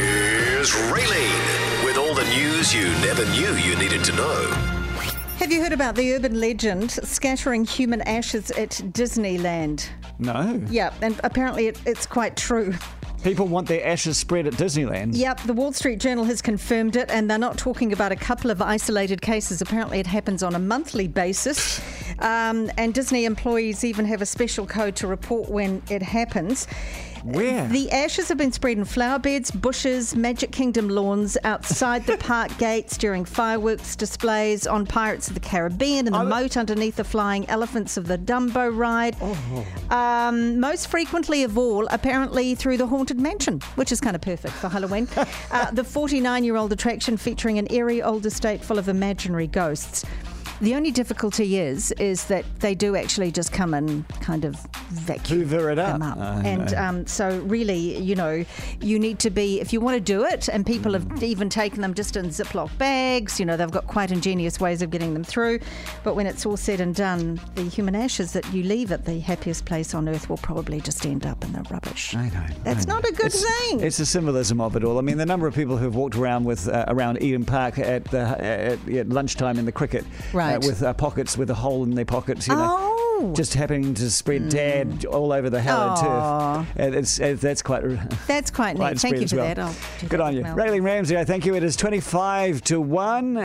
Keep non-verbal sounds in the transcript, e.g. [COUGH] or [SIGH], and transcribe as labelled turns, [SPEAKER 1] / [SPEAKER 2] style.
[SPEAKER 1] Here's Raylene with all the news you never knew you needed to know.
[SPEAKER 2] Have you heard about the urban legend scattering human ashes at Disneyland?
[SPEAKER 3] No.
[SPEAKER 2] Yep, and apparently it, it's quite true.
[SPEAKER 3] People want their ashes spread at Disneyland.
[SPEAKER 2] Yep, the Wall Street Journal has confirmed it, and they're not talking about a couple of isolated cases. Apparently, it happens on a monthly basis. Um, and Disney employees even have a special code to report when it happens.
[SPEAKER 3] Where?
[SPEAKER 2] The ashes have been spread in flower beds, bushes, Magic Kingdom lawns, outside the park [LAUGHS] gates during fireworks displays, on Pirates of the Caribbean, in the
[SPEAKER 3] I-
[SPEAKER 2] moat underneath the flying elephants of the Dumbo ride.
[SPEAKER 3] Oh,
[SPEAKER 2] Um, most frequently of all, apparently through the Haunted Mansion, which is kind of perfect for
[SPEAKER 3] [LAUGHS]
[SPEAKER 2] Halloween. uh, the 49 year old attraction featuring an eerie old estate full of imaginary ghosts. The only difficulty is, is that they do actually just come and kind of vacuum
[SPEAKER 3] Hoover it up.
[SPEAKER 2] them up.
[SPEAKER 3] I
[SPEAKER 2] and
[SPEAKER 3] know.
[SPEAKER 2] um, so, really, you know, you need to be, if you want to do it, and people
[SPEAKER 3] Mm.
[SPEAKER 2] have even taken them just in Ziploc bags, you know, they've got quite ingenious ways of getting them through. But when it's all said and done, the human ashes that you leave at the happiest place on earth will probably just end up in the rubbish.
[SPEAKER 3] I know.
[SPEAKER 2] That's
[SPEAKER 3] I know.
[SPEAKER 2] not a good
[SPEAKER 3] It's-
[SPEAKER 2] thing.
[SPEAKER 3] It's a symbolism of it all. I mean, the number of people who have walked around with uh, around Eden Park at the at, at lunchtime in the cricket,
[SPEAKER 2] Right.
[SPEAKER 3] with uh, pockets with a hole in their pockets, you know,
[SPEAKER 2] Oh. Mm.
[SPEAKER 3] just happening to spread dad all over the hallowed
[SPEAKER 2] Aw.
[SPEAKER 3] turf. And it's, it- that's quite. [LAUGHS]
[SPEAKER 2] That's quite neat.
[SPEAKER 3] Widespread
[SPEAKER 2] Thank you
[SPEAKER 3] as
[SPEAKER 2] for
[SPEAKER 3] well.
[SPEAKER 2] that. I'll do that
[SPEAKER 3] Good on you.
[SPEAKER 2] as well.
[SPEAKER 3] Rayleigh Ramsey, I thank you. It is 25 to 1.